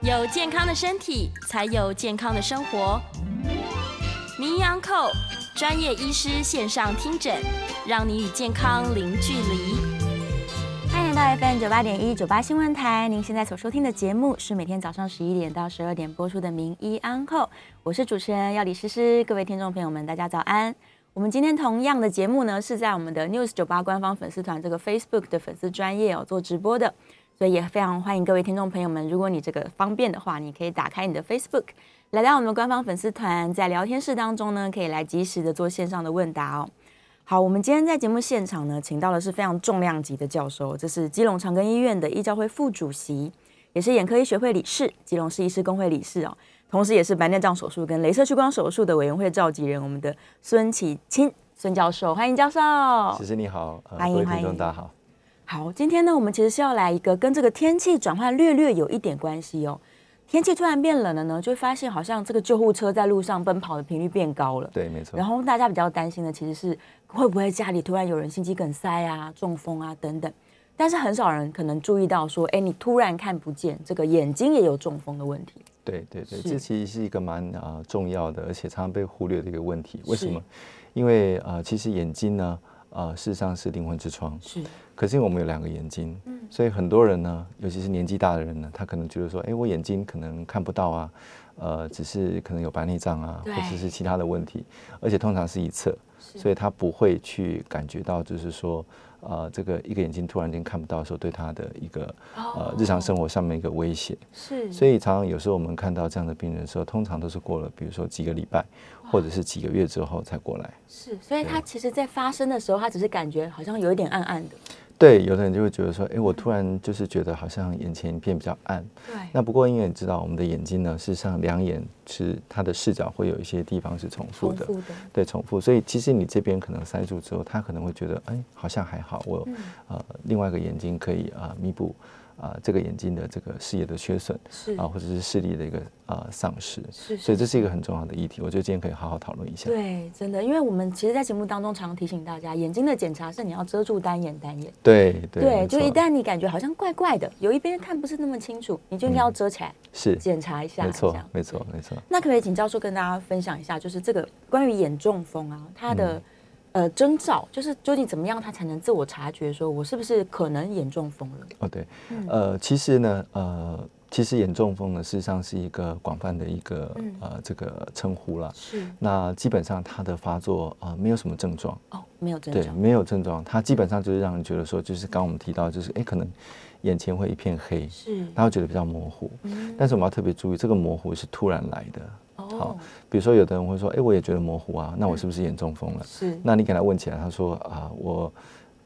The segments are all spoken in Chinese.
有健康的身体，才有健康的生活。名医昂扣专业医师线上听诊，让你与健康零距离。欢迎到 FM 九八点一九八新闻台，您现在所收听的节目是每天早上十一点到十二点播出的《名医安扣》，我是主持人要李诗诗，各位听众朋友们，大家早安。我们今天同样的节目呢，是在我们的 News 九八官方粉丝团这个 Facebook 的粉丝专业哦做直播的，所以也非常欢迎各位听众朋友们，如果你这个方便的话，你可以打开你的 Facebook，来到我们的官方粉丝团，在聊天室当中呢，可以来及时的做线上的问答哦。好，我们今天在节目现场呢，请到的是非常重量级的教授，这是基隆长庚医院的医教会副主席，也是眼科医学会理事、基隆市医师工会理事哦，同时也是白内障手术跟镭射屈光手术的委员会召集人，我们的孙启清孙教授，欢迎教授。其实你好，呃欢迎各位欢听众迎大家好。好，今天呢，我们其实是要来一个跟这个天气转换略略有一点关系哦。天气突然变冷了呢，就会发现好像这个救护车在路上奔跑的频率变高了。对，没错然。后大家比较担心的其实是会不会家里突然有人心肌梗塞啊、中风啊等等，但是很少人可能注意到说，哎，你突然看不见，这个眼睛也有中风的问题。对对对，是这其实是一个蛮啊、呃重要的，而且常常被忽略的一个问题。为是什么？因为啊、呃其实眼睛呢，呃，事实上是灵魂之窗。是可是因为我们有两个眼睛，所以很多人呢，尤其是年纪大的人呢，他可能觉得说，哎，我眼睛可能看不到啊，呃，只是可能有白内障啊，对或者是其他的问题，而且通常是一侧，所以他不会去感觉到，就是说，呃，这个一个眼睛突然间看不到的时候，对他的一个呃日常生活上面一个威胁。是，所以常常有时候我们看到这样的病人的时候，通常都是过了，比如说几个礼拜，或者是几个月之后才过来。是，所以它其实在发生的时候，它只是感觉好像有一点暗暗的。对，有的人就会觉得说，哎，我突然就是觉得好像眼前一片比较暗。对那不过因为你知道，我们的眼睛呢，事实上两眼是它的视角会有一些地方是重复重的，复的，对，重复。所以其实你这边可能塞住之后，他可能会觉得，哎，好像还好，我、嗯呃另外一个眼睛可以啊、呃弥补啊、呃这个眼睛的这个视野的缺损是啊、或者是视力的一个啊、呃丧失。是，所以这是一个很重要的议题，我觉得今天可以好好讨论一下。对，真的，因为我们其实，在节目当中常提醒大家，眼睛的检查是你要遮住单眼，单眼。对对对，没就错一旦你感觉好像怪怪的，有一边看不是那么清楚，你就应该要遮起来、是检查一下。嗯没这样错没错没错。那可不可以请教授跟大家分享一下，就是这个关于眼中风啊，它嗯的、呃征兆，就是究竟怎么样它才能自我察觉，说我是不是可能眼中风了？哦，对，呃，其实呢，呃，其实眼中风呢，事实上是一个广泛的一个、呃这个称呼啦。是那基本上它的发作啊、呃没有什么症状，哦，没有征对，兆，没有症状，它基本上就是让人觉得说，就是刚刚我们提到，就是哎，可能眼前会一片黑，是他会觉得比较模糊。但是我们要特别注意，这个模糊是突然来的。哦，比如说，有的人会说，哎，我也觉得模糊啊，那我是不是眼中风了？是那你给他问起来，他说啊，我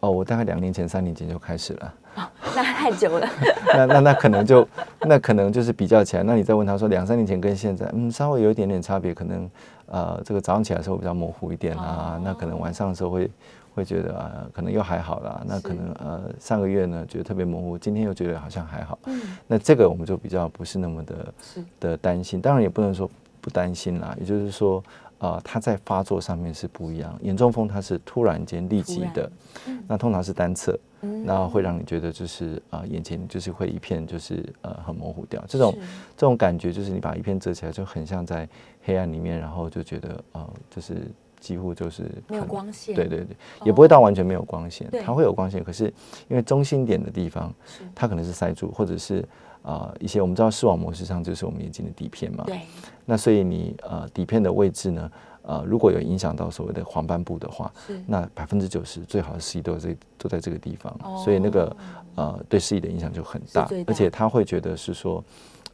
哦，我大概两年前、三年前就开始了。哦那太久了，那那那可能就那可能就是比较起来，那你再问他说两三年前跟现在，嗯，稍微有一点点差别，可能呃这个早上起来的时候比较模糊一点啊，那可能晚上的时候会会觉得啊、可能又还好啦，那可能呃上个月呢觉得特别模糊，今天又觉得好像还好，那这个我们就比较不是那么的嗯是的担心，当然也不能说不担心啦，也就是说。啊，它在发作上面是不一样。眼中风它是突然间立即突的然，那通常是单侧， 嗯那会让你觉得就是啊、呃眼前就是会一片就是呃很模糊掉。这种是这种感觉就是你把一片遮起来，就很像在黑暗里面，然后就觉得呃，就是几乎就是没有看光线哦对对对，也不会到完全没有光线，对它会有光线，可是因为中心点的地方是，它可能是塞住，或者是啊、呃一些我们知道视网膜实际上就是我们眼睛的底片嘛，对，那所以你呃底片的位置呢，呃如果有影响到所谓的黄斑部的话是，那百分之九十最好的视力都在都在这个地方，哦所以那个呃对视力的影响就很大，最大而且他会觉得是说。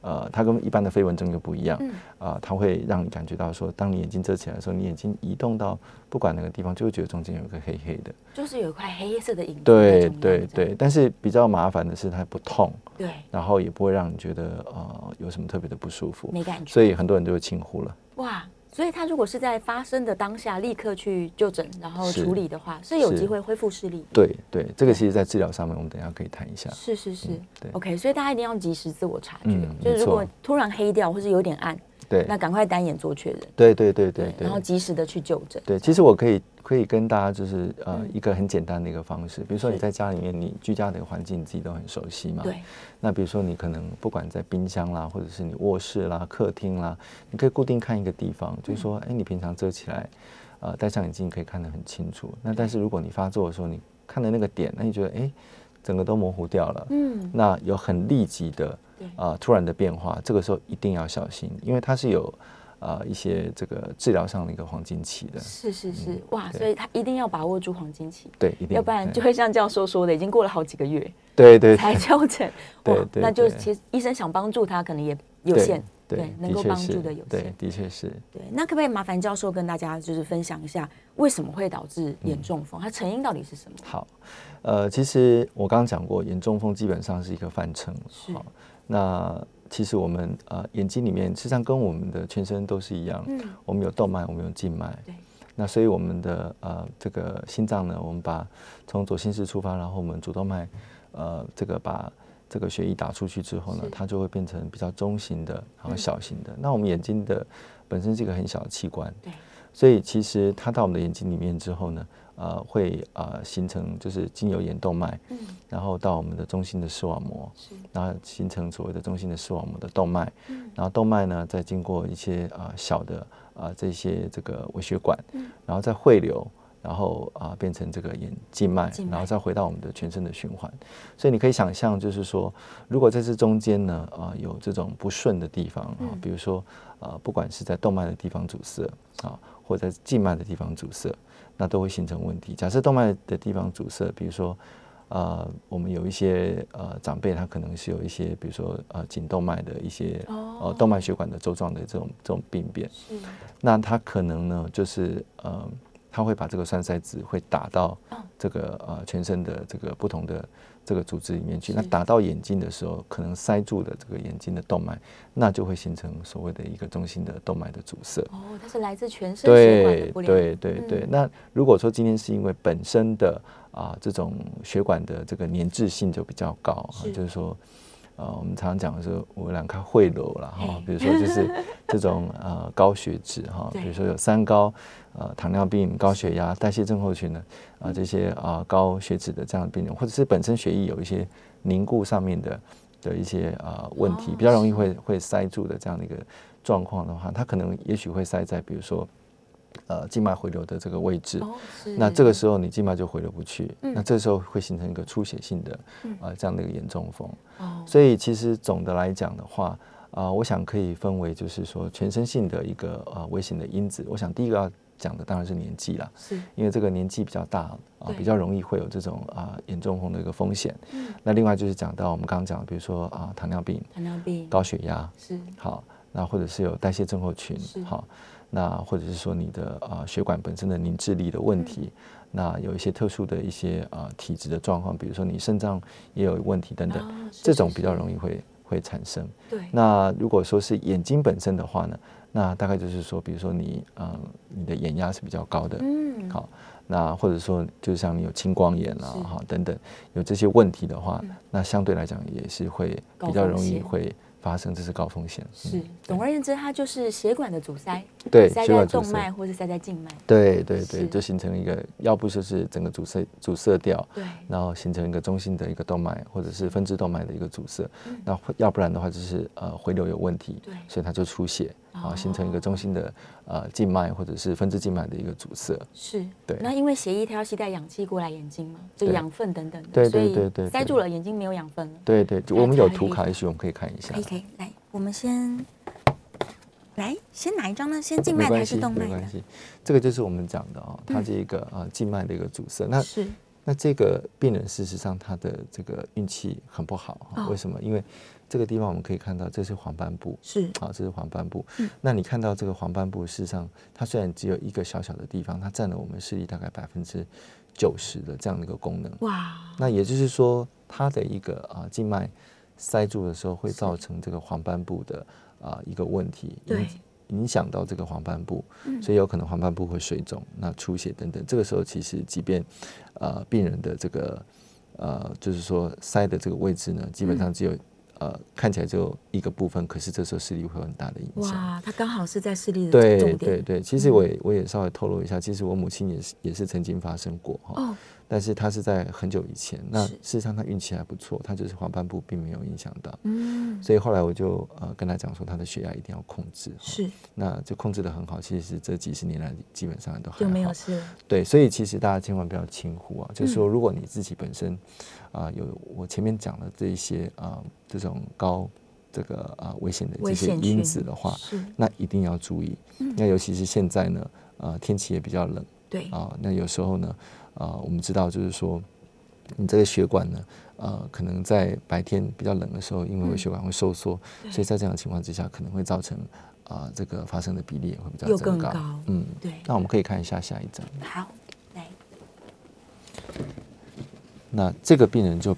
呃，它跟一般的飞蚊症就不一样，啊、嗯它会让你感觉到说，当你眼睛遮起来的时候，你眼睛移动到不管哪个地方，就会觉得中间有一个黑黑的。就是有一块黑色的影子嗯在对中间对这样对，但是比较麻烦的是它不痛，对，然后也不会让你觉得呃有什么特别的不舒服，没感觉所以很多人就会轻忽了。哇。所以他如果是在发生的当下立刻去就诊，然后是处理的话，是有是机会恢复视力。对对，这个其实，在治疗上面，我们等一下可以谈一下。是是是、嗯对 o k 所以大家一定要及时自我察觉，嗯就是没如错果突然黑掉或是有点暗，对，那赶快单眼做确认，对对对对然后嗯对及时的去就诊。对，其实我可以可以跟大家就是呃嗯一个很简单的一个方式，比如说你在家里面，你居家的环境你自己都很熟悉嘛，对，那比如说你可能不管在冰箱啦，或者是你卧室啦、客厅啦，你可以固定看一个地方，就是说，嗯哎，你平常遮起来，呃，戴上眼镜可以看得很清楚。那但是如果你发作的时候，你看的那个点，那你觉得哎，整个都模糊掉了，嗯，那有很立即的对啊突然的变化，这个时候一定要小心，因为它是有啊一些这个治疗上的一个黄金期的，是是是，哇，嗯对所以他一定要把握住黄金期，对，一定，要不然就对会像教授说的，已经过了好几个月对对才调 整，对哇，对那就对其实医生想帮助他，可能也有对限。对对，能的够确帮是助的有对限，的确是。对，那可不可以麻烦教授跟大家就是分享一下，为什么会导致嗯眼中风？它成因到底是什么？好，呃，其实我刚刚讲过，眼中风基本上是一个泛称。是好，那其实我们呃眼睛里面，事实上跟我们的全身都是一样，嗯我们有动脉，我们有静脉。对。那所以我们的呃这个心脏呢，我们把从左心室出发，然后我们主动脉呃这个把这个血液打出去之后呢是，嗯它就会变成比较中型的，然后小型的。那我们眼睛的本身是一个很小的器官，对，所以其实它到我们的眼睛里面之后呢，呃，会呃形成就是经由眼动脉，嗯，然后到我们的中心的视网膜，是嗯然后形成所谓的中心的视网膜的动脉，然后动脉呢再经过一些啊、呃小的啊、呃这些这个微血管，嗯然后再汇流。然后啊、呃变成这个眼静脉，静脉然后再回到我们的全身的循环。所以你可以想象，就是说，如果在这中间呢，啊、有这种不顺的地方嗯啊，比如说，呃，不管是在动脉的地方阻塞啊，或者在静脉的地方阻塞，那都会形成问题。假设动脉的地方阻塞，比如说，呃，我们有一些呃长辈，他可能是有一些，比如说呃颈动脉的一些哦呃动脉血管的周状的这种这种病变，是那他可能呢就是呃他会把这个栓塞子会打到这个呃全身的这个不同的这个组织里面去，那打到眼睛的时候，可能塞住了这个眼睛的动脉，那就会形成所谓的一个中心的动脉的阻塞。哦，它是来自全身血管的对不良，嗯对对对，那如果说今天是因为本身的啊、这种血管的这个粘滞性就比较高，啊是就是说，呃，我们常讲的是我两看会楼啦哈嘿，比如说就是这种呃高血脂哈， 对比如说有三高，呃糖尿病、高血压、代谢症候群呢啊、嗯这些啊、高血脂的这样的病人，或者是本身血液有一些凝固上面的。的一些呃问题哦比较容易会会塞住的这样的一个状况的话，它可能也许会塞在比如说呃静脉回流的这个位置。哦是。那这个时候你静脉就回流不去，嗯那这时候会形成一个出血性的呃这样的一个严重风。哦所以其实总的来讲的话，啊、我想可以分为就是说全身性的一个呃危险的因子。我想第一个要讲的当然是年纪啦，是因为这个年纪比较大啊、对嗯比较容易会有这种啊、严重风的一个风险。那另外就是讲到我们刚刚讲的，比如说啊、糖尿病、糖尿病，高血压，是好，那或者是有代谢症候群是，好，那或者是说你的呃血管本身的凝滞力的问题，嗯那有一些特殊的一些呃体质的状况，比如说你肾脏也有问题等等，啊是这是种是比较容易会会产生。对，那如果说是眼睛本身的话呢，那大概就是说，比如说你呃你的眼压是比较高的，嗯好，那或者说就像你有青光眼啦、是嗯哈等等有这些问题的话，那相对来讲也是会高比较风容易险会发生，这是高风险。是，总而言之，它就是血管的阻塞，嗯对塞血在管阻动塞脉或是塞在静脉，对对是对，就形成一个，要不就是整个阻塞阻塞掉，对，然后形成一个中心的一个动脉或者是分支动脉的一个阻塞，那会要不然的话就是呃回流有问题嗯对，所以它就出血，然后形成一哦个中心的呃静脉或者是分支静脉的一个阻塞。是，对那因为血液它要携带氧气过来眼睛嘛，就对养分等等的，对对所以对对塞对住了眼睛没有养分了。对对，就那我们有它图可以卡，也许我们可以看一下可以。可以，来，我们先来，先哪一张呢？先静没脉的关还系，是动脉的嗯没关？系，这个就是我们讲的哦，它这一个啊静脉的一个阻塞。那是那这个病人事实上他的这个运气很不好啊、哦为什么？因为这个地方我们可以看到，这是黄斑部，是，啊，这是黄斑部。嗯那你看到这个黄斑部，事实上它虽然只有一个小小的地方，它占了我们视力大概百分之九十的这样的一个功能。哇，那也就是说，它的一个啊静脉塞住的时候，会造成这个黄斑部的啊一个问题，对影影响到这个黄斑部，嗯所以有可能黄斑部会水肿、那出血等等。这个时候，其实即便嗯呃病人的这个呃就是说塞的这个位置呢，基本上只有、呃看起来只有一个部分，可是这时候视力会有很大的影响。哇，他刚好是在视力的重对点嗯对对，其实我也我也稍微透露一下，其实我母亲也是也是曾经发生过哈，哦，但是她是在很久以前。那是事实上她运气还不错，她就是黄斑部并没有影响到，嗯，所以后来我就呃跟她讲说，她的血压一定要控制，哈是那就控制的很好。其实这几十年来基本上都还就没有嗯好事了，对，所以其实大家千万不要轻忽啊，就是说，如果你自己本身啊、有我前面讲的这一些啊、这种高这个啊、危险的危这些险嗯因群子的话，是那一定要注意。那尤其是现在呢，呃，天气也比较冷对，啊、那有时候呢，啊、我们知道就是说，你这个血管呢，呃，可能在白天比较冷的时候，因为嗯我血管会收缩，所以在这样的情况之下，可能会造成啊、这个发生的比例也会比较又增更高。高嗯，对那我们可以看一下下一张。好，来，那这个病人就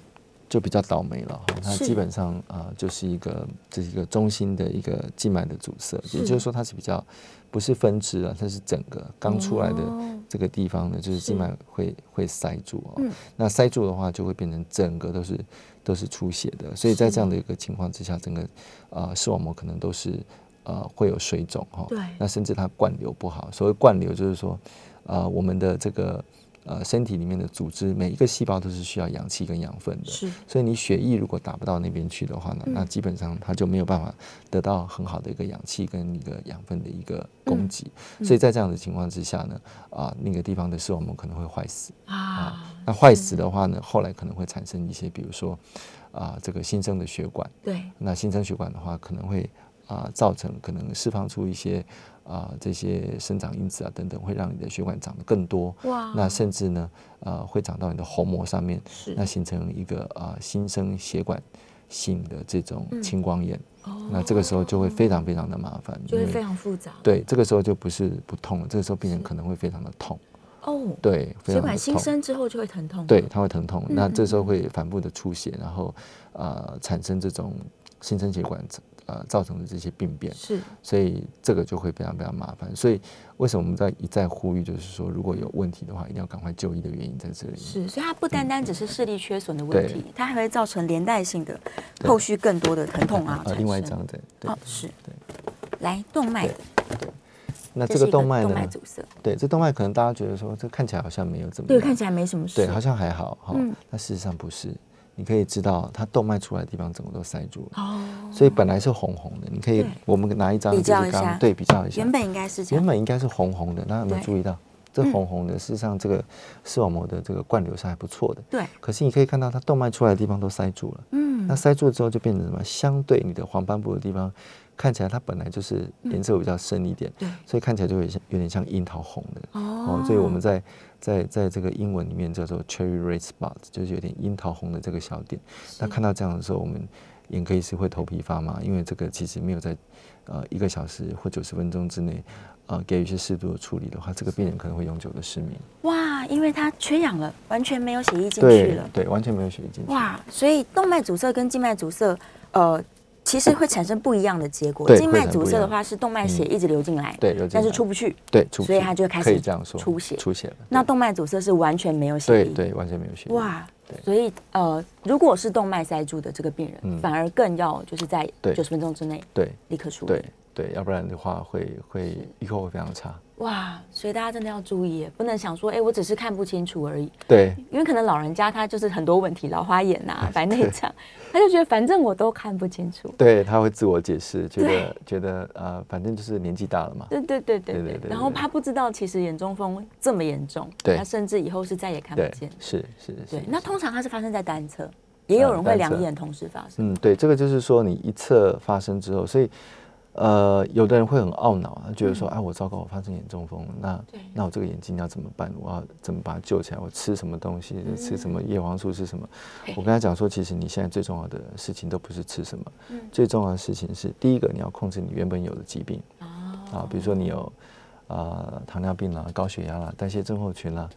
就比较倒霉了哈，他是基本上啊、呃就是一个这是一个中心的一个静脉的阻塞，也就是说它是比较不是分支啊，它是整个刚出来的哦这个地方呢，就是静脉会会塞住哦。嗯那塞住的话，就会变成整个都是都是出血的，所以在这样的一个情况之下，整个啊视网膜可能都是呃会有水肿哈、对那甚至它灌流不好，所谓灌流就是说，呃，我们的这个呃身体里面的组织，每一个细胞都是需要氧气跟养分的。是所以你血液如果打不到那边去的话呢，那基本上它就没有办法得到很好的一个氧气跟一个养分的一个供给。所以在这样的情况之下呢，啊、那个地方的视网膜可能会坏死。啊，那坏死的话呢，后来可能会产生一些，比如说啊、这个新生的血管。对，那新生血管的话，可能会啊、造成可能释放出一些啊、这些生长因子啊等等，会让你的血管长得更多。哇，那甚至呢，呃，会长到你的虹膜上面，是那形成一个啊新生血管性的这种嗯青光眼。那这个时候就会非常非常的麻烦，哦就会因为非常复杂，对，这个时候就不是不痛了，这个时候病人可能会非常的痛，哦，对，血非常的管新痛。生之嗯后就会疼痛，对，，它会疼痛。那这时候会反复的出血，然后呃产生这种新生血管呃造成的这些病变，是所以这个就会非常非常麻烦。所以为什么我们在一再呼吁，就是说如果有问题的话，一定要赶快就医的原因在这里。是，所以它不单单只是视力缺损的问题嗯对，它还会造成连带性的后续更多的疼痛啊。呃，产另外一生张对对哦，是，来动脉的，那这是一个动脉动呢？脉阻塞，对，这动脉可能大家觉得说这看起来好像没有怎么对，样，看起来没什么事，对好像还好哈，嗯那事实上不是。你可以知道它动脉出来的地方整个都塞住了，哦，所以本来是红红的。你可以对，我们拿一张比就是较一刚下对比较一下原，本应该是这样，原本应该是红红的，那有没有对嗯注意到？这红红的，事实上这个视网膜的这个灌流是还不错的，对，可是你可以看到它动脉出来的地方都塞住了。嗯那，塞住之后就变成什么？相对你的黄斑部的地方，看起来它本来就是颜色比较深一点，嗯对所以看起来就有点像有点像樱桃红的。哦所以我们在在在这个英文里面叫做 cherry red spot，就是有点樱桃红的这个小点。那看到这样的时候，我们眼科医师会头皮发麻，因为这个其实没有在呃一个小时或九十分钟之内，呃给予一些适度的处理的话，这个病人可能会永久的失明。哇，因为它缺氧了，完全没有血液进去了，对，完全没有血液进去。哇，所以动脉阻塞跟静脉阻塞，呃。其实会产生不一样的结果。对静会脉很阻不一塞的样嗯话，是动脉血一直流进来，对流进但是来出不去。对，出不所以去它就会开可以始这样说出血出血了。那动脉阻塞是完全没有血对液，对，完全没有血液。哇对，所以呃，如果是动脉塞住的这个病人，嗯反而更要就是在对九十分钟之内对立刻处理。对对，要不然的话会会预后会非常差。哇，所以大家真的要注意耶，不能想说，哎，我只是看不清楚而已，对因为可能老人家他就是很多问题，老花眼呐、 白内障， 他就觉得反正我都看不清楚。对，他会自我解释，觉对得觉得呃，反正就是年纪大了嘛。对对对对对对对对然后对他不知道其实眼中风这么严重，对他甚至以后是再也看不对见。，是是是对，。那通常它是发生在单侧，也有人会嗯单两侧眼同时发生。嗯，对，这个就是说你一侧发生之后，所以呃，有的人会很懊恼啊，觉得说，哎、我糟糕，我发生眼中风了，那嗯对那我这个眼睛要怎么办？我要怎么把它救起来？我吃什么东西？吃什么嗯叶黄素？吃什么？我跟他讲说，其实你现在最重要的事情都不是吃什么，嗯最重要的事情是第一个你要控制你原本有的疾病哦啊，比如说你有。啊，糖尿病啦、高血压啦、代谢症候群啦，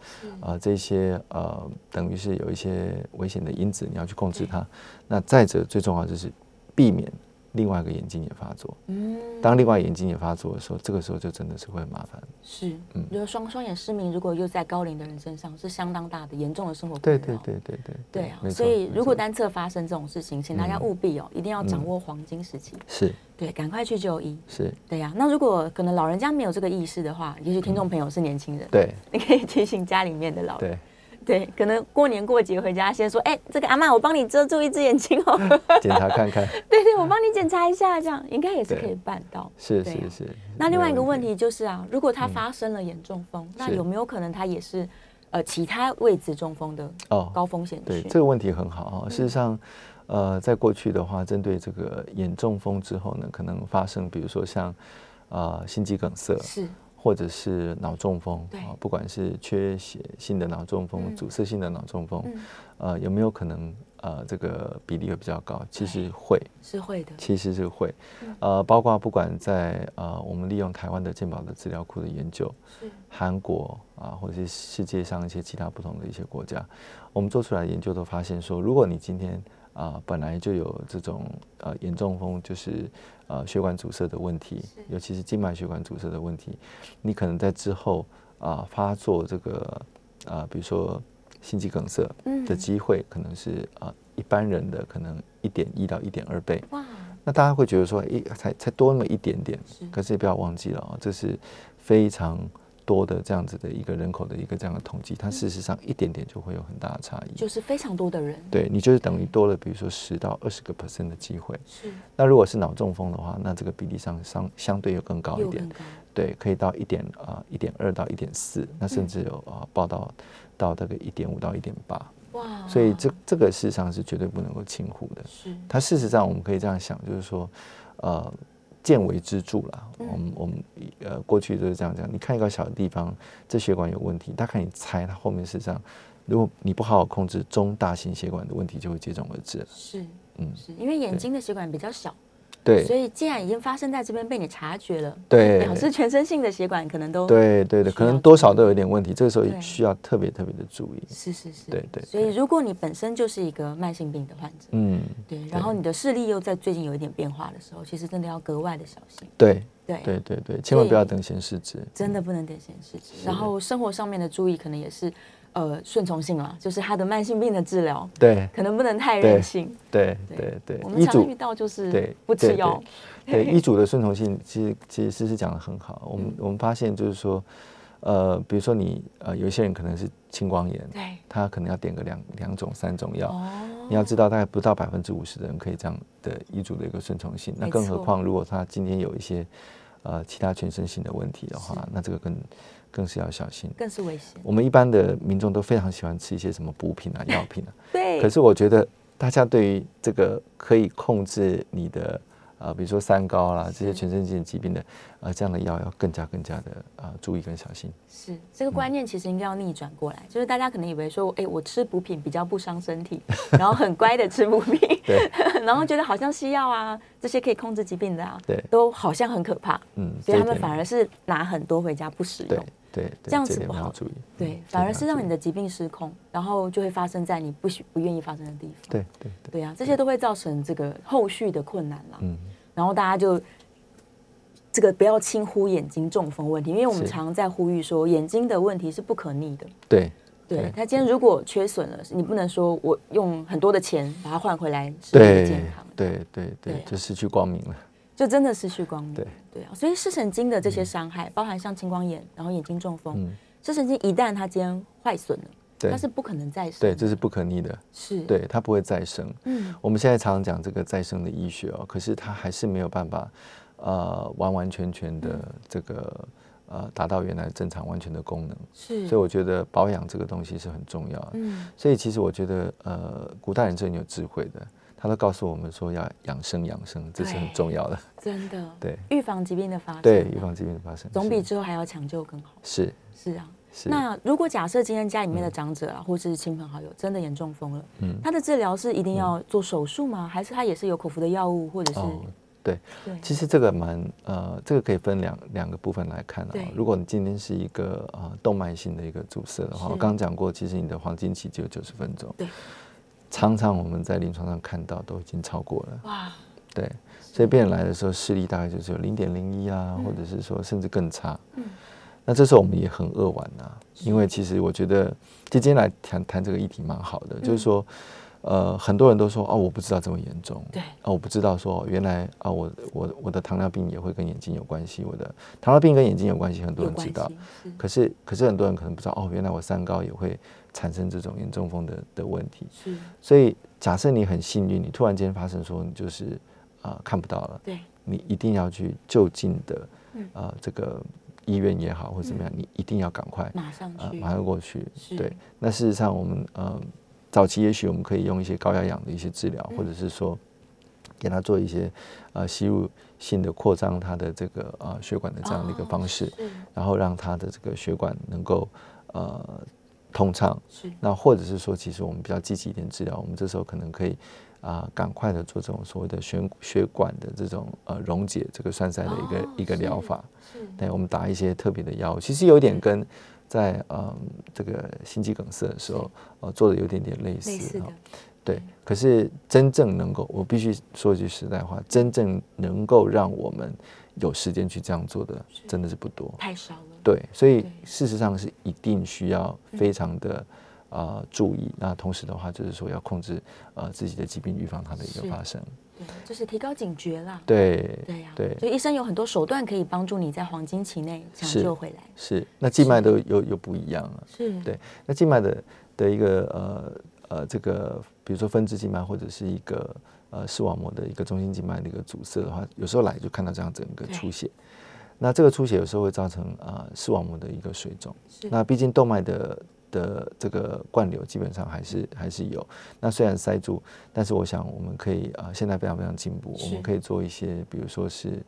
啊、这些呃，等于是有一些危险的因子，你要去控制它。那再者，最重要就是避免另外一个眼睛也发作。嗯，当另外眼睛也发作的时候，这个时候就真的是会很麻烦。是，嗯就是双双眼失明，如果又在高龄的人身上，是相当大的严重的生活对困对扰对对对对啊没，错所以没如果错嗯单侧发生这种事情，请大家务必哦，一定要掌握黄金时期，是对，赶快去就医。是，对呀、那如果可能老人家没有这个意识的话，也许听嗯众朋友是年轻人，对你可以提醒家里面的老人，对对，可能过年过节回家先说，哎、这个阿嬷，我帮你遮住一只眼睛哦， 检查看看，对对，我帮你检查一下，这样应该也是对可以办到。是对啊是是。那另外一个没问题就是啊，如果他发生了眼中风，那嗯是有没有可能他也是呃其他位置中风的哦高嗯风险对区？这个问题很好啊、事实上，呃，在过去的话，针对这个眼中风之后呢，可能发生，比如说像呃心肌梗塞，是或者是脑中风对啊，不管是缺血性的脑中风、嗯阻塞性的脑中风，嗯呃，有没有可能呃这个比例会比较高？其对实会，是会的，其实是会，呃，包括不管在呃我们利用台湾的健保的资料库的研究，是韩国啊，或者是世界上一些其他不同的一些国家，我们做出来的研究都发现说，如果你今天啊、本来就有这种呃严重风，就是呃血管阻塞的问题，尤其是静脉血管阻塞的问题，你可能在之后啊、发作这个啊、比如说心肌梗塞嗯的机会，可能是啊、一般人的可能一点一到一点二倍。哇，那大家会觉得说，诶，才才多那么一点点是，可是也不要忘记了哦，这是非常多的这样子的一个人口的一个这样的统计，它事实上一点点就会有很大的差异。嗯就是非常多的人对你就是等于多了，比如说十到二十个 percent 的机会。是那如果是脑中风的话，那这个比例上相相对又更高一又点更，高，对，可以到一点啊一点二到一点四，嗯那甚至有啊、呃报道到大概一点五到一点八，哇，所以这这个事实上是绝对不能够轻忽的。是它事实上我们可以这样想，就是说，呃，见微知著啦。嗯我们我们呃过去就是这样讲，你看一个小的地方，这血管有问题，大概你猜它后面事实上，如果你不好好控制中大型血管的问题，就会接踵而至。是嗯，是，因为眼睛的血管比较小，所对以既然已经发生在这边被你察觉了，对表示全身性的血管可能都对对对，需可要能注多少意都有一点问题，这个时候也对需要特别特别的注意。是是是，对对所以如果你本身就是一个慢性病的患者，嗯，对，然后你的视力又在最近有一点变化的时候，其实真的要格外的小心，对对。对嗯对对，千所万以不要等闲视之。真的不能点闲事情，然后生活上面的注意可能也是，呃，顺从性啦，就是他的慢性病的治疗对可能不能太任性。对对对我，们医常嘱遇到就是对不吃对药，对 医嘱的顺从性，其实其实诗诗讲的很好。我嗯们我们发现就是说，呃，比如说你呃，有一些人可能是青光眼，对，他可能要点个两两种、三种药。哦，你要知道，大概不到百分之五十的人可以这样的医嘱的一个顺从性。那没更何错况，如果他今天有一些呃其他全身性的问题的话，那这个更更是要小心。更是危险。我们一般的民众都非常喜欢吃一些什么补品啊、药品啊，对，可是我觉得大家对于这个可以控制你的呃，比如说三高啦这些全身性疾病的呃这样的药，要更加更加的呃注意跟 小心。是这个观念其实应该要逆转过来，就是大家可能以为说，哎，我吃补品比较不伤身 体，然后很乖的吃补品，对 然后觉得好像西药啊这些可以控制疾病的啊，对都好像很可怕，嗯，所以他这一们点反而是拿很多回家不使对用。对对，这样子一点不要好注意。对嗯，反而是让你的的疾病失控，然后就会发生在你不许不愿意发生的地方。对对对，对啊，这些都会造成这个后续的困难啦。嗯，然后大家就这个不要轻忽眼睛中风问题，因为我们是常在呼吁说，眼睛的问题是不可逆的。对对对，他今天如果缺损了，你不能说我用很多的钱把它换回来，是你的健康，对对对对啊，就失去光明了。就真的失去光明。对对啊，所以视神经的这些伤害，包含像青光眼，然后眼睛中风嗯，视神经一旦它今天坏损了，对它是不可能再生对，的。这是不可逆的，是，对，它不会再生。嗯，我们现在常常讲这个再生的医学哦，可是它还是没有办法，呃，完完全全嗯的这个呃达到原来正常完全的功能。是，所以我觉得保养这个东西是很重要的。嗯，所以其实我觉得，呃，古代人是很有智慧的，他都告诉我们说要养生，养生这是很对重要的。真的，对预防疾病的发生，啊对，预防疾病的发生总比是之后还要抢救更好。是是啊，是那如果假设今天家里面的长者啊，或是亲朋好友真的严重疯了，嗯他的治疗是一定要做手术吗？还是他也是有口服的药物，或者是哦，对，对其实这个蛮呃，这个可以分两两个部分来看啊对。如果你今天是一个呃动脉性的一个阻塞的话，是我刚刚讲过，其实你的黄金期只有九十分钟。对。常常我们在临床上看到都已经超过了，哇，对，所以病人来的时候视力大概就是有零点零一嗯啊，或者是说甚至更差。那这时候我们也很扼腕呐、因为其实我觉得，其实今天来谈谈这个议题蛮好嗯的，就是说，呃，很多人都说哦，我不知道这么严重，对啊，我不知道说原来啊，我我我的糖尿病也会跟眼睛有关系，我的糖尿病跟眼睛有关系，很多有人关知系道，是可是可是很多人可能不知道哦，原来我三高也会产生这种眼中风的的问题，是，所以假设你很幸运，你突然间发生说你就是啊、看不到了，对，你一定要去就近的嗯啊、这个医院也好或怎么嗯样，你一定要赶快马上啊、去马，上过去是。对，那事实上我们呃早期也许我们可以用一些高压氧的一些治疗，嗯或者是说给他做一些呃吸入性的扩张他的这个啊、呃血管的这样的一个哦方式，是然后让他的这个血管能够呃通畅。是那或者是说，其实我们比较积极一点治疗，我们这时候可能可以啊、赶快的做这种所谓的血血管的这种呃溶解这个栓塞的一个、一个疗法。哦是对，我们打一些特别的药，其实有点跟在嗯这个心肌梗塞的时候呃做的有点点类似类似哈的，对，可是真正能够，我必须说一句实在话，真正能够让我们有时间去这样做的，真的是不多。太少了，对，所以对嗯事实上是一定需要非常的啊、呃注意。那同时的话，就是说要控制呃自己的疾病，预防它的一个是发生。对，就是提高警觉啦。对，对呀，啊对所以医生有很多手段可以帮助你在黄金期内抢是救回来。是。那静脉都又又不一样了。是，对，那静脉的的一个呃呃这个，比如说分支静脉或者是一个呃视网膜的一个中心静脉的一个阻塞的话，有时候来就看到这样整个对出血。那这个出血有时候会造成呃视网膜的一个水肿。那毕竟动脉的的这个灌流基本上还是还是有。那虽然塞住，但是我想我们可以呃现在非常非常进步，我是们可以做一些比如说是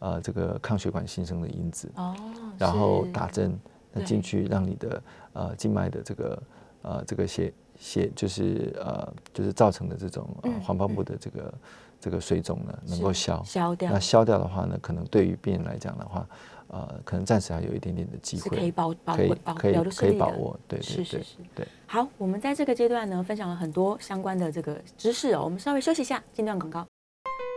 呃这个抗血管新生的因子，哦，然后是打针，那对进去让你的呃静脉的这个呃这个血血就是呃就是造成的这种呃嗯黄斑部的这个、这个水肿呢能够消。消掉那消掉的话呢，可能对于病人来讲的话，呃，可能暂时还有一点点的机是会，可以保保可以回保可以留的可以利把的握，对对是对是是对。好，我们在这个阶段呢，分享了很多相关的这个知识哦。我们稍微休息一下，进段广告。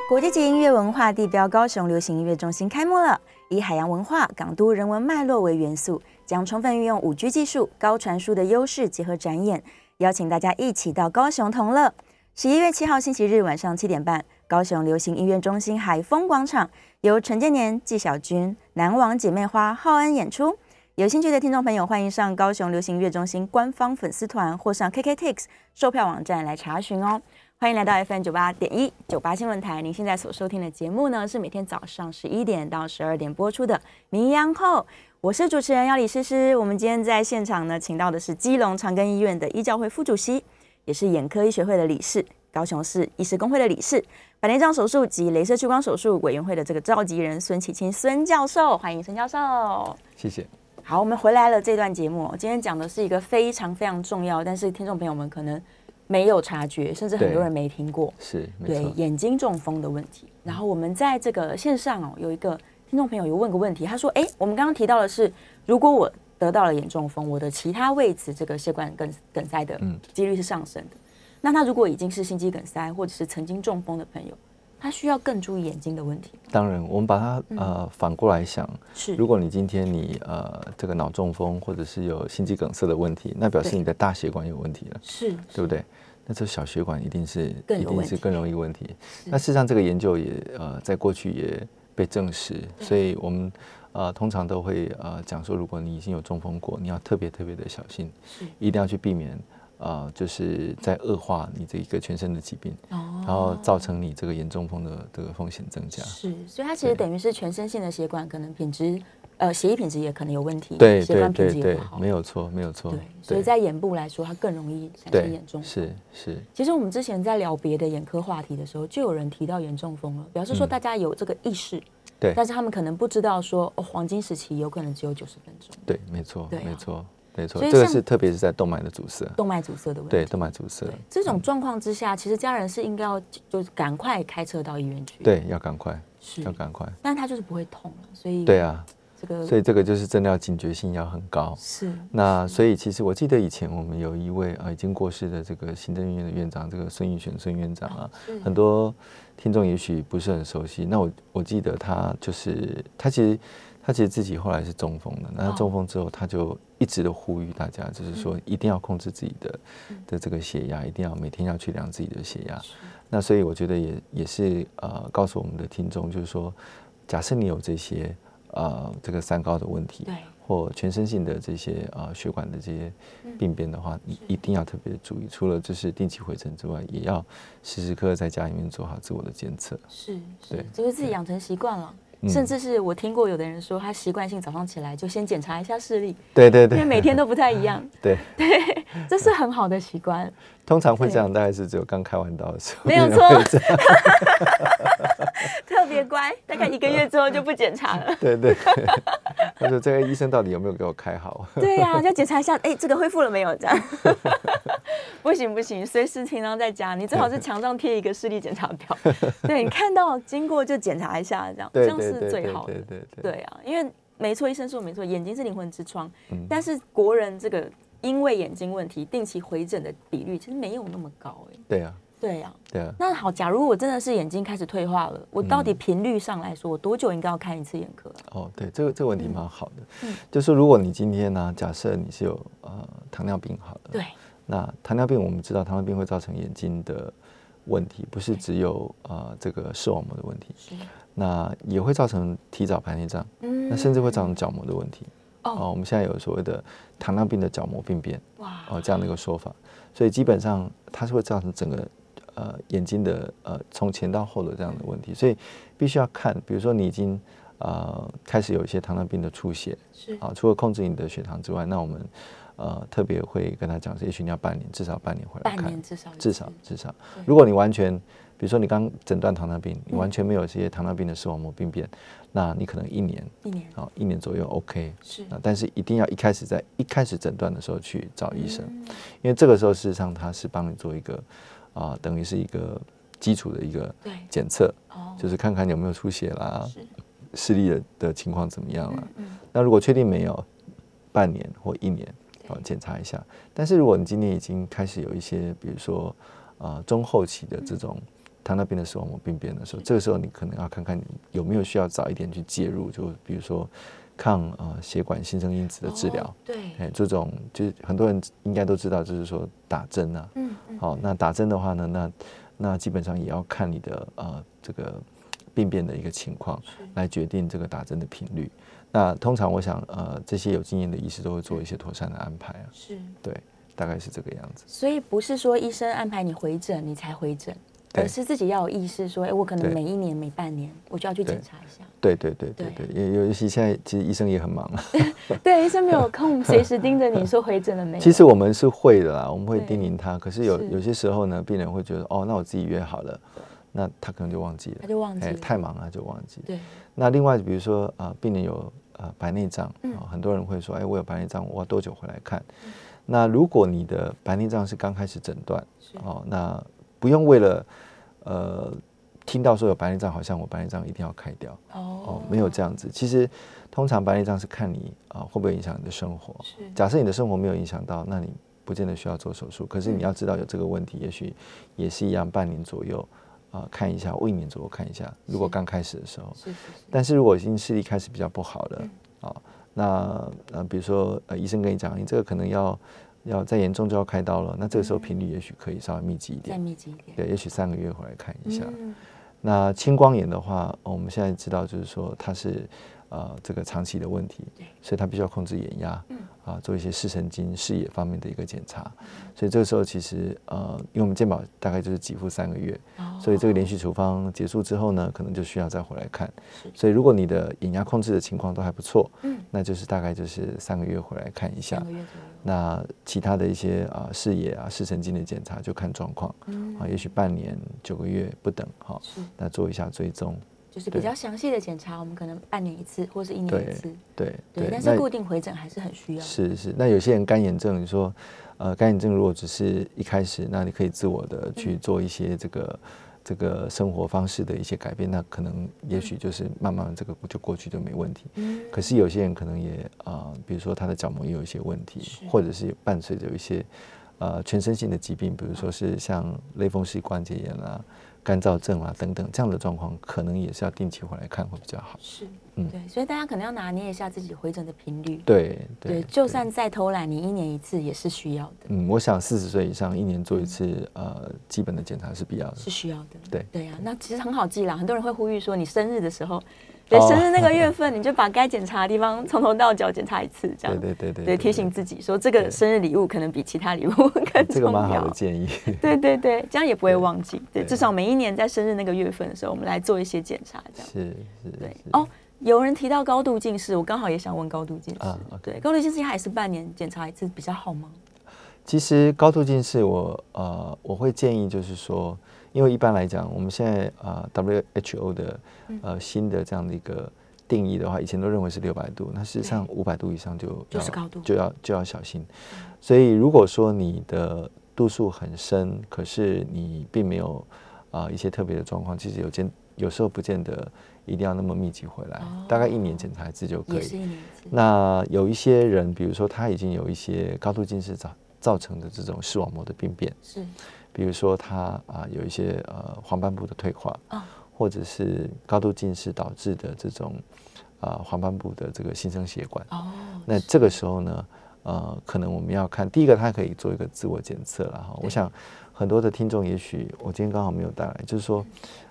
国际级音乐文化地标高雄流行音乐中心开幕了，以海洋文化、港都人文脉络为元素，将充分运用五 G 技术、高传输的优势结合展演，邀请大家一起到高雄同乐。十一月七号星期日晚上七点半，高雄流行音乐中心海风广场由陈建年、纪晓君、南王姐妹花、浩恩演出。有兴趣的听众朋友，欢迎上高雄流行音乐中心官方粉丝团或上 KKTix 售票网站来查询哦。欢迎来到 FM 九八点一九八新闻台。您现在所收听的节目呢，是每天早上十一点到十二点播出的《名医安后》，我是主持人要李诗诗。我们今天在现场呢，请到的是基隆长庚医院的医教会副主席，也是眼科医学会的理事，高雄市医师工会的理事，白内障手术及镭射屈光手术委员会的这个召集人孙启清孙教授。欢迎孙教授。谢谢。好，我们回来了这段节目哦、今天讲的是一个非常非常重要，但是听众朋友们可能没有察觉，甚至很对多人没听过。是没对错，眼睛中风的问题。然后我们在这个线上哦，有一个听众朋友有问个问题，他说：“哎，我们刚刚提到的是，如果我得到了眼中风，我的其他位置这个血管梗梗塞的嗯几率是上升的。那他如果已经是心肌梗塞或者是曾经中风的朋友，他需要更注意眼睛的问题吗。当然，我们把它嗯呃反过来想，是如果你今天你呃这个脑中风或者是有心肌梗塞的问题，那表示对你的大血管有问题了，是对不对？那这小血管一定是更一有定问是题更容易问题。那事实上，这个研究也呃在过去也被证实，所以我们呃通常都会呃讲说，如果你已经有中风过，你要特别特别的小心，一定要去避免呃就是在恶化你这一个全身的疾病，然后造成你这个严中风的这个风险增加。哦是，所以它其实等于是全身性的血管可能品质，呃，血液品质也可能有问题，对血对管品对质也对不好。，没有错，没有错对，。所以在眼部来说，它更容易产生对眼中风。是是其实我们之前在聊别的眼科话题的时候，就有人提到眼中风了，表示说大家有这个意识，嗯对但是他们可能不知道说、哦、黄金时期有可能只有九十分钟，对，没错对啊没错没错，所以这个像是特别是在动脉的阻塞，动脉阻塞的问题。对动脉阻嗯塞，这种状况之下，其实家人是应该要就就是赶快开车到医院去。，对要赶快是要赶快，但他就是不会痛了，所以对啊，这个所以这个就是真的要警觉性要很高。是那所以其实我记得以前我们有一位呃已经过世的这个行政院院的院长，这个孙玉璇孙院长啊，很多听众也许不是很熟悉。那我我记得他就是他其实他其实自己后来是中风的，那他中风之后他就一直的呼吁大家，就是说一定要控制自己的的这个血压，一定要每天要去量自己的血压。那所以我觉得也也是呃告诉我们的听众，就是说假设你有这些呃这个三高的问题，对或全身性的这些呃血管的这些嗯病变的话，你一定要特别注意。除了就是定期回诊之外，也要时时刻刻在家里面做好自我的监测。是是对，嗯就是自己养成习惯了。甚至是我听过有的人说，他习惯性早上起来就先检查一下视力，对对因为对，每天都不太一样， 对，这是很好的习惯。通常会这样，大概是只有刚开完刀的时候，没有病人会这样。 特别乖，大概一个月之后就不检查了。对对对，他说这个医生到底有没有给我开好？ 对呀、就检查一下，哎、这个恢复了没有？这样不行不行，随时平常在家，你最好是墙上贴一个视力检查表， 对你看到经过就检查一下，这样对这样对是对最对好的。对对对。对啊，因为没错，医生说没错，眼睛是灵魂之窗，但是国人这个因为眼睛问题定期回诊的比率其实没有那么高哎、对啊，对啊，对啊。那好，假如我真的是眼睛开始退化了，我到底频率上来说，我多久应该要看一次眼科啊？哦，对，这个这个嗯问题蛮好的，就是如果你今天呢、假设你是有呃糖尿病好了，对，那糖尿病我们知道，糖尿病会造成眼睛的问题，不是只有呃这个视网膜的问题，那也会造成提早白内障，嗯那甚至会造成角膜的问题。哦我们现在有所谓的糖尿病的角膜病变，哇，哦这样的一个说法，所以基本上它是会造成整个呃眼睛的呃从前到后的这样的问题，所以必须要看，比如说你已经呃开始有一些糖尿病的出血，是啊，除了控制你的血糖之外，那我们呃特别会跟他讲说，也许你要半年，至少半年回来半看，年至少一次至少至少，如果你完全，比如说你刚诊断糖尿病，嗯你完全没有这些糖尿病的视网膜病变，那你可能一年一年啊、一年左右 OK，是啊，但是一定要一开始在一开始诊断的时候去找医生，因为这个时候事实上它是帮你做一个啊、等于是一个基础的一个对检测，哦，就是看看有没有出血啦，是嗯视力的的情况怎么样啦。那如果确定没有，半年或一年啊检查一下。但是如果你今年已经开始有一些，比如说啊中后期的嗯这种糖尿病的视网膜病变的时候，这个时候你可能要看看你有没有需要早一点去介入，就比如说抗啊、呃血管新生因子的治疗。哦对，哎，这种就是很多人应该都知道，就是说打针啊，嗯，好、那打针的话呢，那那基本上也要看你的呃这个病变的一个情况来决定这个打针的频率。那通常我想，呃，这些有经验的医师都会做一些妥善的安排啊，是，对，大概是这个样子。所以不是说医生安排你回诊你才回诊，对而是自己要有意识说，哎，我可能对每一年、每半年我就要去检查一下。对对对对对哎对，尤尤其现在其实医生也很忙啊。对，医生没有空，随时盯着你说回诊了没有。其实我们是会的啦，我们会对叮咛他。可是有是有些时候呢，病人会觉得哦，那我自己约好了，那他可能就忘记了，他就忘记哎了太忙了他就忘记。对，那另外比如说啊、呃病人有呃白内障、啊，很多人会说，哎，我有白内障，我要多久回来看？那如果你的白内障是刚开始诊断，哦，那不用为了呃听到说有白内障，好像我白内障一定要开掉哦哦，没有这样子。其实通常白内障是看你啊、会不会影响你的生活。假设你的生活没有影响到，那你不见得需要做手术。可是你要知道有这个问题，也许也是一样，半年左右啊、看一下，或一年左右看一下。如果刚开始的时候，是是是，但是如果已经视力开始比较不好嗯了，啊、那呃，比如说呃，医生跟你讲，你这个可能要要再严重就要开刀了，那这个时候频率也许可以稍微密集一嗯再点，密集一嗯点。对，也许三个月回来看一下。那青光眼的话、呃我们现在知道就是说它是呃这个长期的问题，所以它必须要控制眼压，啊、嗯做一些视神经、视野方面的一个检查。所以这个时候其实呃，因为我们健保大概就是给付三个月，哦所以这个连续处方结束之后呢，可能就需要再回来看。所以如果你的眼压控制的情况都还不错，那就是大概就是三个月回来看一下嗯两。个月左右。那其他的一些啊、呃视野啊视神经的检查就看状况，嗯啊也许半年九个月不等哈、那做一下追踪，就是比对较详细的检查，我们可能半年一次或是一年一对次，对对，但是那固定回诊还是很需要。是是，那有些人干眼症，你说，呃，干眼症如果只是一开始，那你可以自我的去做一些这个、这个生活方式的一些改变，那可能也许就是慢慢这个就过去就没问题。可是有些人可能也啊、呃比如说他的角膜也有一些问题，或者是伴随着一些呃全身性的疾病，比如说是像类风湿关节炎啦、干燥症啦等等这样的状况，可能也是要定期回来看会比较好。是，嗯对，所以大家可能要拿捏一下自己回诊的频率。对对对，就算再偷懒，你一年一次也是需要的，嗯，我想四十岁以上一年做一次呃基本的检查是必要的。是需要的。对哦对呀、那其实很好记啦，很多人会呼吁说，你生日的时候，对，生日那 个月份，你就把该检查的地方从头到脚检查一次，这对样。对对对嗯对，提醒自己说，这个生日礼物可能比其他礼物 更这个重蛮好要的。建议。 对对对，这样也不会忘记。对，对至少每一年在生日那个月份的时候，我们来做一些检查，这样。是是对是哦，有人提到高度近视，我刚好也想问高度近视。啊，OK 对，高度近视它也是半年检查一次比较好吗？其实高度近视我，呃，我会建议就是说，因为一般来讲，我们现在呃 WHO 的呃新的这样的一个定义的话，以前都认为是六百度，那事实上五百度以上就就要是高度就要就要小心。所以如果说你的度数很深，可是你并没有啊、呃一些特别的状况，其实有见有时候不见得一定要那么密集回来，大概一年检查一次就哦可以。也嗯是一年一次。那有一些人，比如说他已经有一些高度近视造造成的这种视网膜的病变，是比如说他啊、有一些呃黄斑部的退化，哦或者是高度近视导致的这种啊、黄斑部的这个新生血管。哦，那这个时候呢，呃，可能我们要看第一个，它可以做一个自我检测了哈。我想很多的听众也许我今天刚好没有带来，就是说，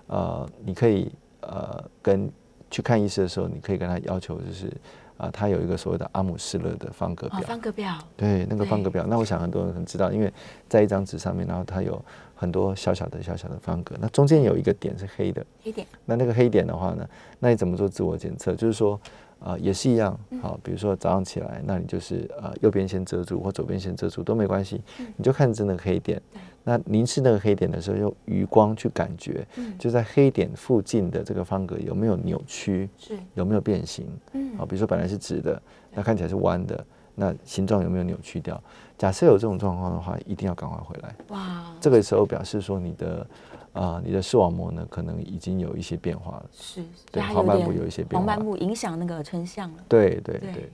呃，你可以呃跟去看医师的时候，你可以跟他要求就是啊、他有一个所谓的阿姆斯勒的方格哦表，，方格表对，那个方格对表，那我想很多人可能知道，因为在一张纸上面，然后它有很多小小的小小的方格，那中间有一个点是黑的，黑点那那个黑点的话呢，那你怎么做自我检测？就是说，啊，也是一样，嗯好、比如说早上起来，那你就是呃右边先遮住或左边先遮住都没关系，嗯你就看着那个黑点。那凝视那个黑点的时候，用余光去感觉，嗯就在黑点附近的这个方格有没有扭曲，是有没有变形？嗯，啊，比如说本来是直的，那看起来是弯的，那形状有没有扭曲掉？假设有这种状况的话，一定要赶快回来。哇，这个时候表示说你的啊、你的视网膜呢可能已经有一些变化了。是所以对它黄斑点部有一些变黄斑化部影响那个成像了。对对对对，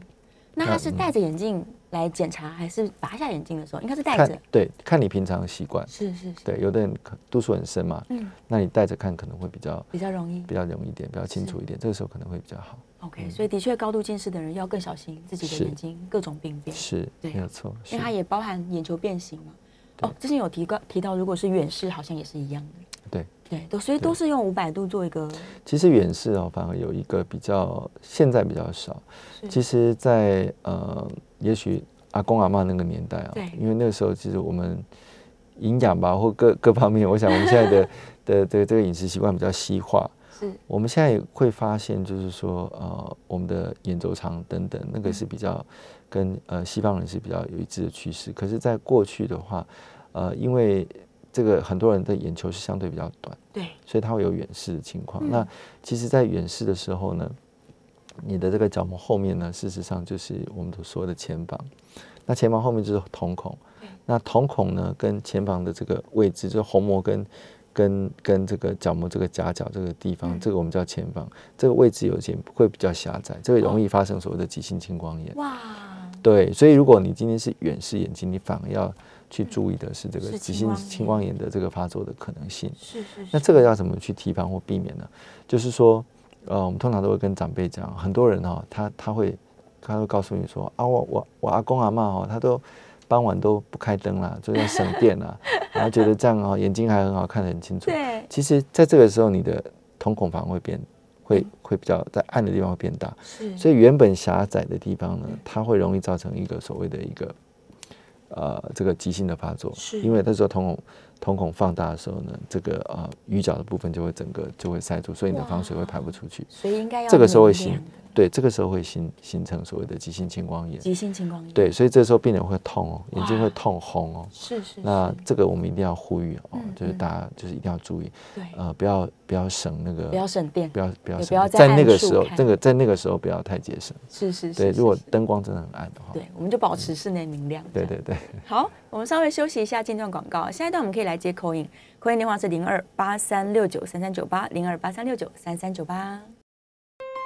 那那他是嗯戴着眼镜来检查，还是拔下眼镜的时候？应该是戴着看。对看你平常的习惯。是是是，对，有的人可度数很深嘛，嗯，那你戴着看可能会比较比较容易。比较容易一点，比较清楚一点，这个时候可能会比较好。 OK，所以的确高度近视的人要更小心自己嗯是的眼睛各种病变。是，对没有错。因是为它也包含眼球变形嘛。哦，之前有提过提到，如果是远视，好像也是一样的。对。对，都所以都是用五百度做一个其实远视哦，反而有一个比较现在比较少。嗯其实在，呃，也许阿公阿妈那个年代啊、对因为那个时候其实我们营养吧或各各方面，我想我们现在的 的这个这个饮食习惯比较西化。是我们现在也会发现，就是说，呃，我们的眼轴长等等，那个是比较跟呃西方人是比较有一致的趋势。可是，在过去的话，呃，因为这个很多人的眼球是相对比较短，对，所以它会有远视的情况。嗯那其实，在远视的时候呢，你的这个角膜后面呢，事实上就是我们所谓的前房，那前房后面就是瞳孔，那瞳孔呢跟前房的这个位置，就是虹膜跟跟跟这个角膜这个夹角这个地嗯方，这个我们叫前房，这个位置有些会比较狭窄，这个容易发生所谓的急性青光眼。哇，对，所以如果你今天是远视眼睛，你反而要去注意的是这是个急青性光眼青光眼的这个发作的可能性。是是那是，这个要怎么去提防或避免呢？就是说，呃，我们通常都会跟长辈讲，很多人哦，他他会他会告诉你说啊，我我我阿公阿嬷哦，他都傍晚都不开灯啦，就在省电啦，然后觉得这样哦，眼睛还很好看得很清楚。对，其实，在这个时候，你的瞳孔反而会变，会会比较在暗的地方会变大，是所以原本狭窄的地方呢，它会容易造成一个所谓的一个呃这个急性的发作，是因为那时候瞳孔瞳孔放大的时候呢，这个呃鱼角的部分就会整个就会塞住，所以你的哇防水会排不出去，所以应该要这个时候会明形亮的对，这个时候会形形成所谓的急性青光眼。急性青光眼，对，所以这时候病人会痛哦，眼睛会痛红哦。是是那是，这个我们一定要呼吁哦嗯，就是嗯大家就是一定要注意，对，呃，不要不要省那个，不要省电不，要不要也省不要在电在那暗个处时候看，那个在那个时候不要太节省。是是是，对，是如果是灯光真的很暗的话，对我们就保持室内明亮。对对 对，好，我们稍微休息一下，间段广告。下一段我们可以来接口音，口音电话是零二八三六九三三九八零二八三六九三三九八。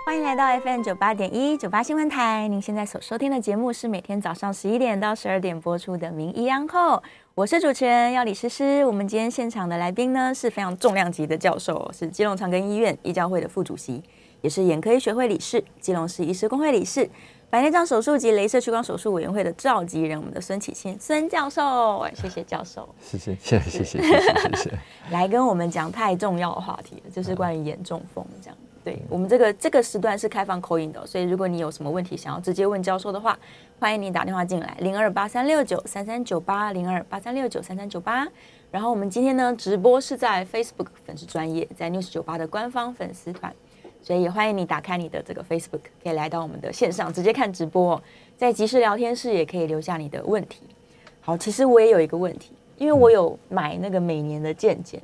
欢迎来到 FM 九八点一九八新闻台。您现在所收听的节目是每天早上十一点到十二点播出的《名医安后》，我是主持人要李诗诗。我们今天现场的来宾呢是非常重量级的教授哦，是基隆长庚医院医教会的副主席，也是眼科医学会理事、基隆市医师工会理事、白内障手术及镭射屈光手术委员会的召集人，我们的孙启清孙教授。哎谢谢教授，谢谢谢谢谢谢谢谢谢谢。来跟我们讲太太重要的话题了，就是关于严重风这样。对我们这个这个时段是开放口音的哦，所以如果你有什么问题想要直接问教授的话，欢迎你打电话进来零二八三六九三三九八零二八三六九三三九八。然后我们今天呢直播是在 Facebook 粉丝专业，在 News 九八的官方粉丝团，所以也欢迎你打开你的这个 Facebook，可以来到我们的线上直接看直播哦，在即时聊天室也可以留下你的问题。好，其实我也有一个问题，因为嗯我有买那个每年的健检。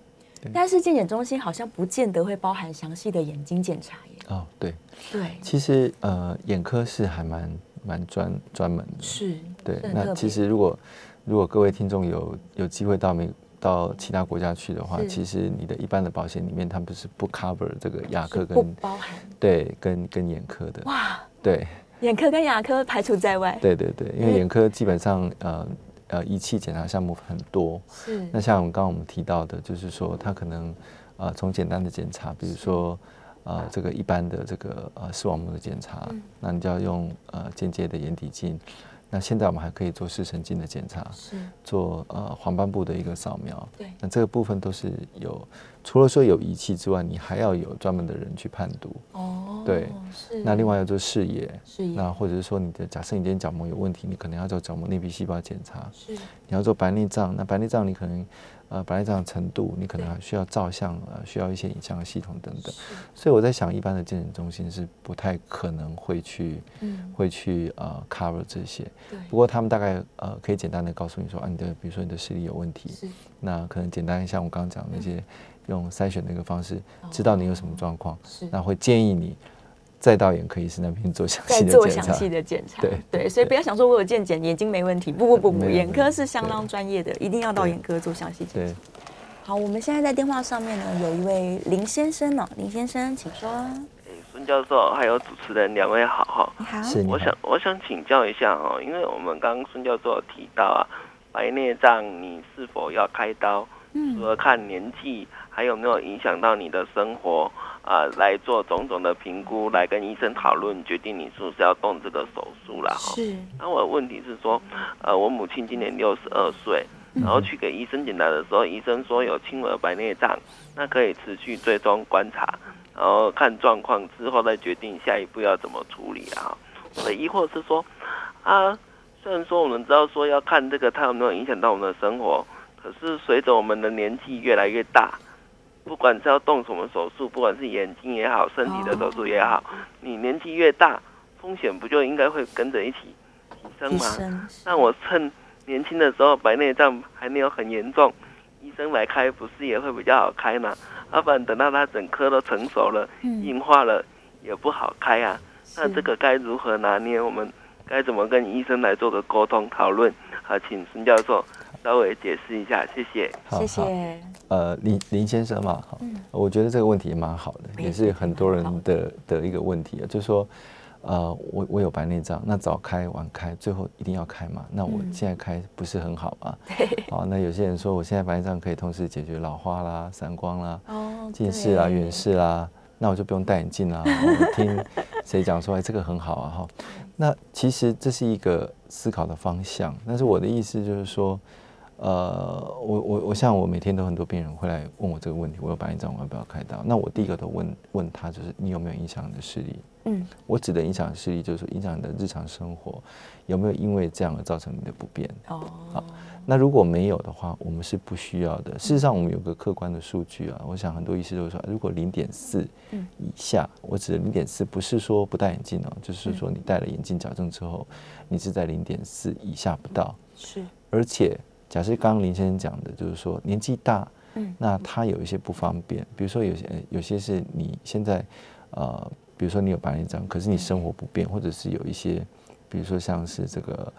但是健检中心好像不见得会包含详细的眼睛检查耶。哦，对，对，其实呃，眼科是还蛮蛮专专门的。是，对是，很特那别其实如果如果各位听众有有机会到美到其他国家去的话，是其实你的一般的保险里面，它不是不 cover 这个牙科是不跟包含对跟跟眼科的。哇，对眼科跟牙科排除在外。对对对，因为眼科基本上呃呃仪器检查项目很多，是那像我们刚刚我们提到的，就是说它可能呃从简单的检查，比如说呃这个一般的这个呃视网膜的检查，那你就要用呃间接的眼底镜。那现在我们还可以做视神经的检查，是做呃黄斑部的一个扫描。对那这个部分都是有，除了说有仪器之外，你还要有专门的人去判读。哦，对是嗯那另外要做视野，是那或者是说你的假设你今天角膜有问题，你可能要做角膜内皮细胞检查，是你要做白内障，那白内障你可能呃白内障的程度，你可能还需要照相，呃需要一些影像的系统等等。所以我在想，一般的健诊中心是不太可能会去、嗯会去呃 cover 这些。对不过他们大概呃可以简单的告诉你说啊，你的比如说你的视力有问题，是嗯那可能简单像我刚刚讲的那些，用筛选的一个方式，哦知道你有什么状况，是那会建议你再到眼科医师那边做详在细的做检详查。细的检查。对对，对所以不要想说我有健检，眼睛没问题。不不不不，没有眼没科有是相当专业的，一定要到眼科做详细检查。对，好，我们现在在电话上面呢，有一位林先生呢、林先生，请说。孙教授还有主持人两位好哈，你好，是你我好想我想请教一下哦，因为我们刚刚孙教授有提到啊，白内障你是否要开刀，除了看年纪，还有没有影响到你的生活啊、来做种种的评估，来跟医生讨论，决定你是不是要动这个手术啦。哈。是那我的问题是说，呃，我母亲今年六十二岁，然后去给医生检查的时候，医生说有轻微的白内障，那可以持续追踪观察，然后看状况之后再决定下一步要怎么处理啊。我的疑惑是说，啊，虽然说我们知道说要看这个它有没有影响到我们的生活，可是随着我们的年纪越来越大，不管是要动什么手术，不管是眼睛也好，身体的手术也好，你年纪越大，风险不就应该会跟着一起提升医吗？生，那我趁年轻的时候白内障还没有很严重，医生来开不是也会比较好开吗？要不然等到它整颗都成熟了、硬化了，也不好开啊。那这个该如何拿捏？我们该怎么跟医生来做个沟通讨论？好，请孙教授稍微解释一下，谢谢。好谢好谢。呃，林林先生嘛，哈、我觉得这个问题也蛮好的，也是很多人的的一个问题啊，就是说，呃，我我有白内障，那早开晚开，最后一定要开嘛？那我现在开不是很好吗？好、那有些人说我现在白内障可以同时解决老花啦、散光啦、哦近视啊、远视啊，那我就不用戴眼镜啦。我听谁讲说，哎，这个很好啊，哈。那其实这是一个思考的方向，但是我的意思就是说，呃，我我我像我每天都很多病人会来问我这个问题，我有白内障，我要不要开刀？那我第一个都问问他，就是你有没有影响你的视力？嗯，我指的影响视力，就是说影响你的日常生活，有没有因为这样而造成你的不便？哦，那如果没有的话，我们是不需要的。事实上，我们有个客观的数据啊，我想很多医师都会说，如果零点四以下，我指的零点四不是说不戴眼镜哦，就是说你戴了眼镜矫正之后，你是在零点四以下不到，是而且假设刚刚林先生讲的，就是说年纪大，嗯那他有一些不方便，比如说有些呃有些是你现在呃，比如说你有白内障，可是你生活不便，或者是有一些，比如说像是这个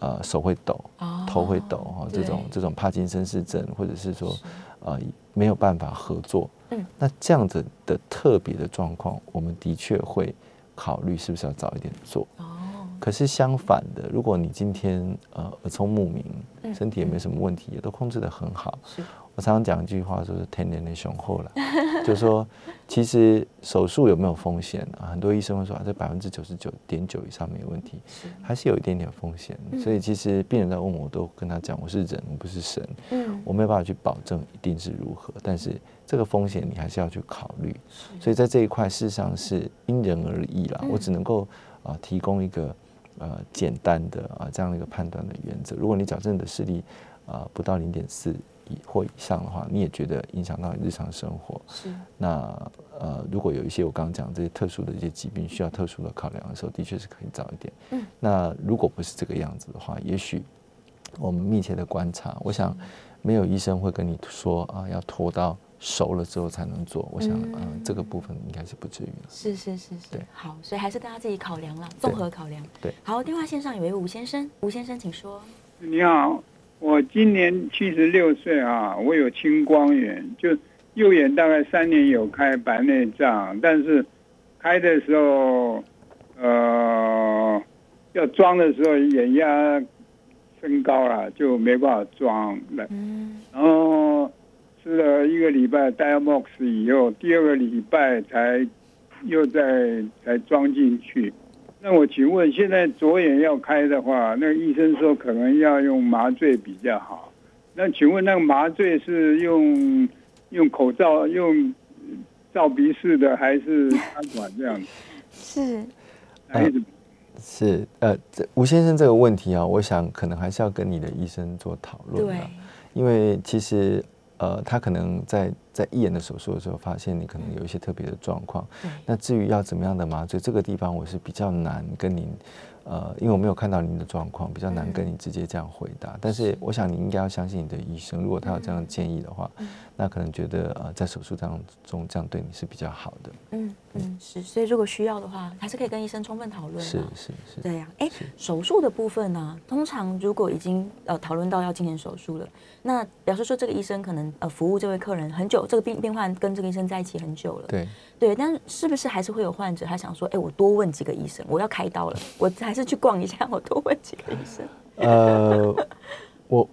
呃手会抖，哦头会抖哈，这种对这种帕金森氏症，或者是说呃没有办法合作，嗯，那这样子的特别的状况，我们的确会考虑是不是要早一点做。哦，可是相反的，如果你今天呃耳聪目明，嗯身体也没什么问题，也都控制得很好。是我常常讲一句话，说是天然的雄厚了，就说其实手术有没有风险啊？很多医生会说啊，这百分之九十九点九以上没问题，还是有一点点风险。嗯所以其实病人在问我，我都跟他讲，我是人，我不是神，嗯我没有办法去保证一定是如何，但是这个风险你还是要去考虑。所以在这一块，事实上是因人而异啦。嗯我只能够啊、呃提供一个呃简单的啊、这样的一个判断的原则。如果你矫正的视力啊、呃不到零点四以或以上的话，你也觉得影响到你日常生活，是那呃如果有一些我刚刚讲这些特殊的一些疾病需要特殊的考量的时候，的确是可以早一点。嗯，那如果不是这个样子的话，也许我们密切的观察，我想没有医生会跟你说啊，要拖到熟了之后才能做。我想，嗯、这个部分应该是不至于了。是是是是对，好，所以还是大家自己考量了，综合考量。对好，电话线上有一位吴先生，吴先生请说。你好，我今年七十六岁啊，我有青光眼，就右眼大概三年有开白内障，但是开的时候，呃，要装的时候眼压升高了，就没办法装了。嗯，然后吃了一个礼拜 Diamox 以后，第二个礼拜才又再才装进去。那我请问，现在左眼要开的话，那个医生说可能要用麻醉比较好。那请问那个麻醉是用用口罩用罩鼻式的，还是插管这样子？是哪一种？是，呃，这吴先生这个问题啊，我想可能还是要跟你的医生做讨论对啊，因为其实。呃，他可能在在义眼的手术的时候，发现你可能有一些特别的状况。对那至于要怎么样的麻醉，这个地方我是比较难跟您，呃，因为我没有看到您的状况，比较难跟你直接这样回答。但是我想你应该要相信你的医生，如果他有这样的建议的话，那可能觉得呃，在手术当中这样对你是比较好的。嗯嗯是，所以如果需要的话，还是可以跟医生充分讨论的。是是是。对呀、哎，手术的部分呢、通常如果已经呃讨论到要进行手术了，那表示说这个医生可能呃服务这位客人很久，这个病病患跟这个医生在一起很久了，对，对，但是不是还是会有患者他想说，哎，我多问几个医生，我要开刀了，我还是去逛一下，我多问几个医 生，呃，我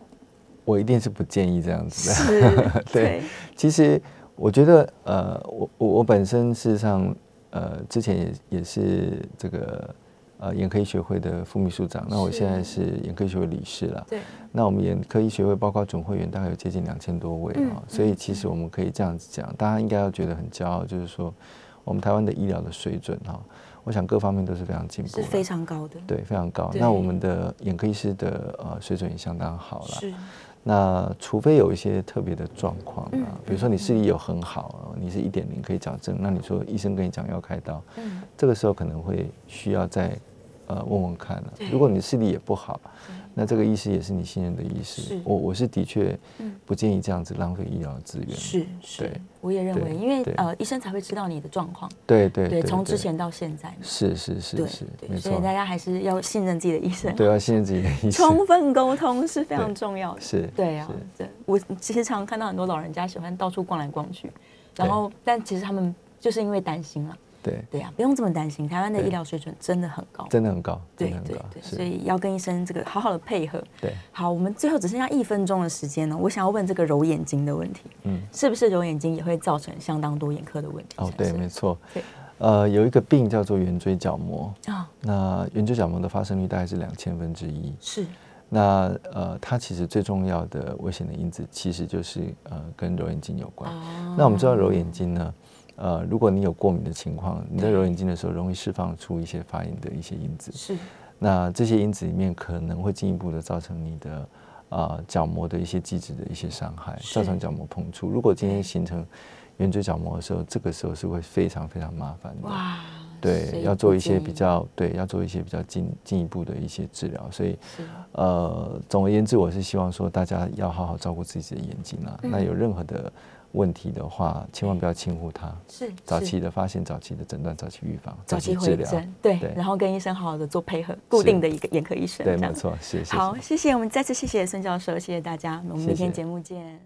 我一定是不建议这样子的。，是对，其实我觉得，呃，我我我本身事实上，呃，之前也也是这个呃眼科医学会的副秘书长，那我是现在是眼科医学会理事了。对，那我们眼科医学会包括总会员大概有接近两千多位啊、嗯所以其实我们可以这样子讲，大家应该要觉得很骄傲，就是说我们台湾的医疗的水准哈、我想各方面都是非常进步是了，非常高的，对非常高。对那我们的眼科医师的呃水准也相当好了。是那除非有一些特别的状况嗯啊，比如说你视力有很好，呃你是一点零可以矫正，那你说医生跟你讲要开刀，嗯这个时候可能会需要再呃问问看了、对如果你视力也不好，那这个医师也是你信任的医师是，我我是的确嗯不建议这样子浪费医疗资源。是是对，我也认对为，因为对呃医生才会知道你的状况，对对对，从之前到现在嘛，是是是对是，对，没所以错，大家还是要信任自己的医生，对，要信任自己的医生，充分沟通是非常重要的。是，对啊是，对，我其实常看到很多老人家喜欢到处逛来逛去，然对后但其实他们就是因为担心了。对，对啊，不用这么担心，台湾的对医疗水准真的很高。真的很高，真对的很对高，对，所是，以要跟医生这个好好的配合。对。好，我们最后只剩下一分钟的时间了，我想要问这个揉眼睛的问题，嗯是不是揉眼睛也会造成相当多眼科的问题？哦，对，没错啊对，呃，有一个病叫做圆锥角膜，错啊，那圆锥角膜的发生率大概是两千分之一。是那呃，它其实最重要的危险的因子其实就是呃跟揉眼睛有啊哦关。那我们知道揉眼睛呢，呃，如果你有过敏的情况，你在揉眼睛的时候容易释放出一些发炎的一些因子。是那这些因子里面可能会进一步的造成你的啊角膜的一些机制的一些伤害，造成角膜碰触。如果今天形成圆锥角膜的时候，这个时候是会非常非常麻烦的。哇，所对，以要做不一些建比议较对，要做一些比较进进一步的一些治疗。所以是，呃，总而言之，我是希望说大家要好好照顾自己的眼睛嗯啊。那有任何的问题的话，千万不要轻忽它。是早是期的发现、早期的诊断、早期预防、早期期治回疗，诊，对对，然后跟医生好好的做配合，固是定的一个眼科医生，对，这没样错，是谢谢。好，谢谢，我们再次谢谢孙教授，谢谢大家，我们明谢谢天节目见。